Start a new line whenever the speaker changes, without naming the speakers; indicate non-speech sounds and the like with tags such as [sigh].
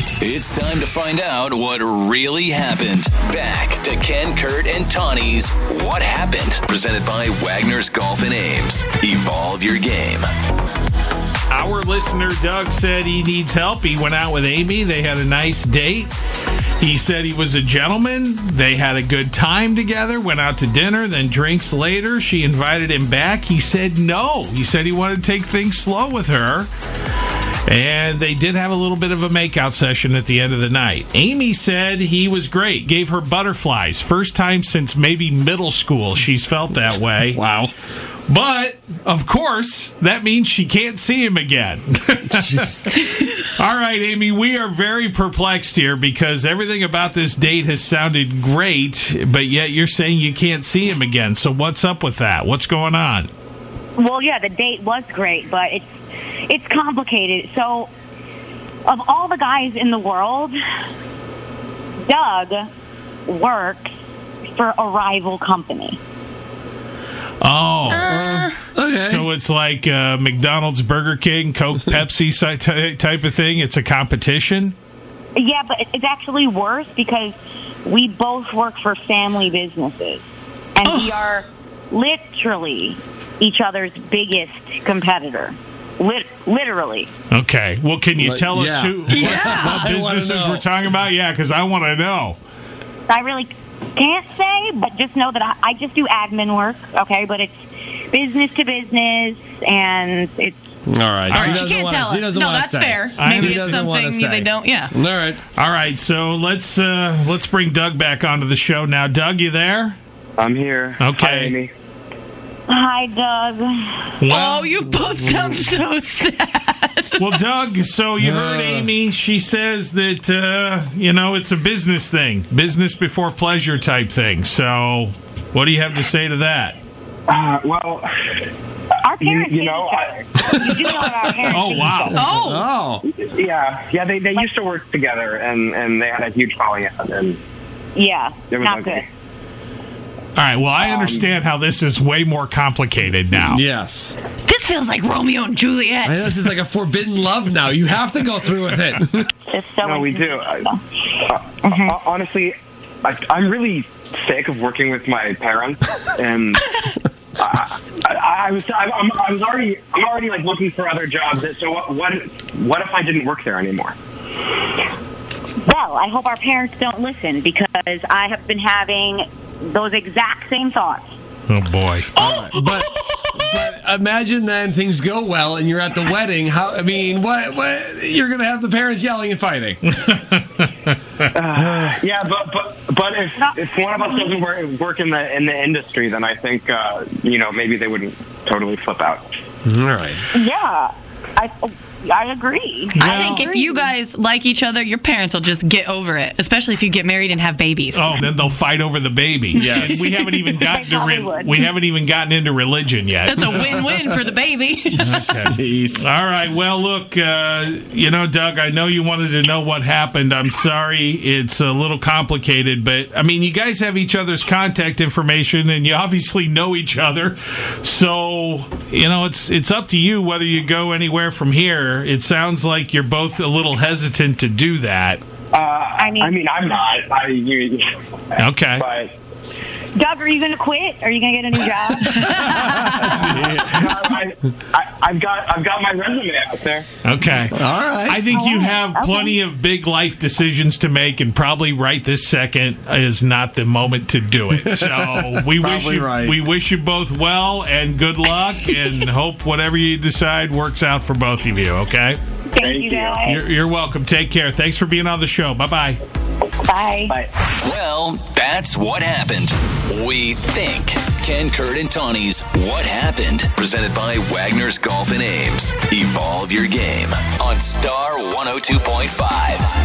It's time to find out what really happened. Back to Ken, Kurt, and Tawny's What Happened, presented by Wagner's Golf and Ames. Evolve your game.
Our listener Doug said he needs help. He went out with Amy. They had a nice date. He said he was a gentleman. They had a good time together, went out to dinner, then drinks later. She invited him back. He said no. He said he wanted to take things slow with her. And they did have a little bit of a makeout session at the end of the night. Amy said he was great, gave her butterflies. First time since maybe middle school she's felt that way.
Wow.
But of course, that means she can't see him again. [laughs] All right, Amy, we are very perplexed here because everything about this date has sounded great, but yet you're saying you can't see him again. So what's up with that? What's going on?
Well, yeah, the date was great, but it's it's complicated. So, of all the guys in the world, Doug works for a rival company.
Oh.
Uh, Okay.
So it's like uh, McDonald's, Burger King,
[laughs]
Coke, Pepsi si- ty- type of thing. It's a competition.
Yeah, but it- it's actually worse because we both work for family businesses, and we are literally each other's biggest competitor. Lit- literally.
Okay. Well, can you
Like,
tell us
yeah. [laughs]
who what, what
I wanna
businesses
know.
we're talking about? Yeah, because I want to know.
I really can't say, but just know that I, I just do admin work, okay? But it's business to business, and it's
All right.
All right,
She can't tell us. no, that's fair.
I-
Maybe
She
it's
doesn't wanna
something they
say.
don't. Yeah.
All right.
All right, so let's uh let's bring Doug back onto the show now. Doug, you there?
I'm here.
Okay.
Hi, Amy.
hi, Doug.
oh, you both sound so sad.
Well, Doug, so you heard
Uh.
Amy. She says that uh, you know it's a business thing, business before pleasure type thing. So, what do you have to say to that?
Uh, well,
Our parents
you
hate
know,
each other. you do know that our
[laughs]
parents
Oh
hate
wow!
Oh,
Oh.
yeah, yeah. They, they used to work together, and and they had a huge falling out, and
each- Yeah,
it was uh,
not good.
okay.
All right. Well, I understand how this is way more complicated now.
Yes.
this feels like Romeo and Juliet.
I know this is like a forbidden love now. You have to go through with [laughs] it.
It's so
No, we do. I,
inconsistent.
uh, uh, honestly, I, I'm really sick of working with my parents, and I, I, I was I, I'm, I was already I'm already like looking for other jobs. So what what what if I didn't work there anymore?
Well, I hope our parents don't listen because I have been having those exact same thoughts.
Oh boy.
Uh, But but imagine then things go well and you're at the wedding. How I mean, what what you're gonna have the parents yelling and fighting.
Yeah, but but but if if one of us doesn't work, work in the in the industry, then I think uh, you know maybe they wouldn't totally flip out.
All right.
Yeah, I I agree.
I think if you guys like each other, your parents will just get over it, especially if you get married and have babies.
Oh, then they'll fight over the baby.
Yes.
And we haven't
[laughs]
even gotten to
probably
re-
would.
we haven't even gotten into religion yet.
That's a win-win for the baby. [laughs]
Jeez.
All right. Well, look, uh, you know, Doug, I know you wanted to know what happened. I'm sorry. It's a little complicated, but I mean, you guys have each other's contact information and you obviously know each other. So, you know, it's it's up to you whether you go anywhere from here. It sounds like you're both a little hesitant to do that.
I mean,
I mean, I'm not. I you,
Okay.
but
Doug, are you going to quit? Are you going to get a new
[laughs]
job?
I, I, I've got I've got my resume out there.
Okay.
All right.
I think you have
okay.
plenty of big life decisions to make, and probably right this second is not the moment to do
[laughs]
it. So we wish
Probably
you
right.
we wish you both well and good luck, and
[laughs]
hope whatever you decide works out for both of you. Okay,
Thank, you
you.
Oh.
guys.
you're, you're welcome. Take care. Thanks for being on the show. Bye bye.
Bye.
Well, that's what happened. We think. Ken, Kurt, and Tawny's What Happened, presented by Wagner's oh Golf and Ames. Evolve your game on Star 102.5.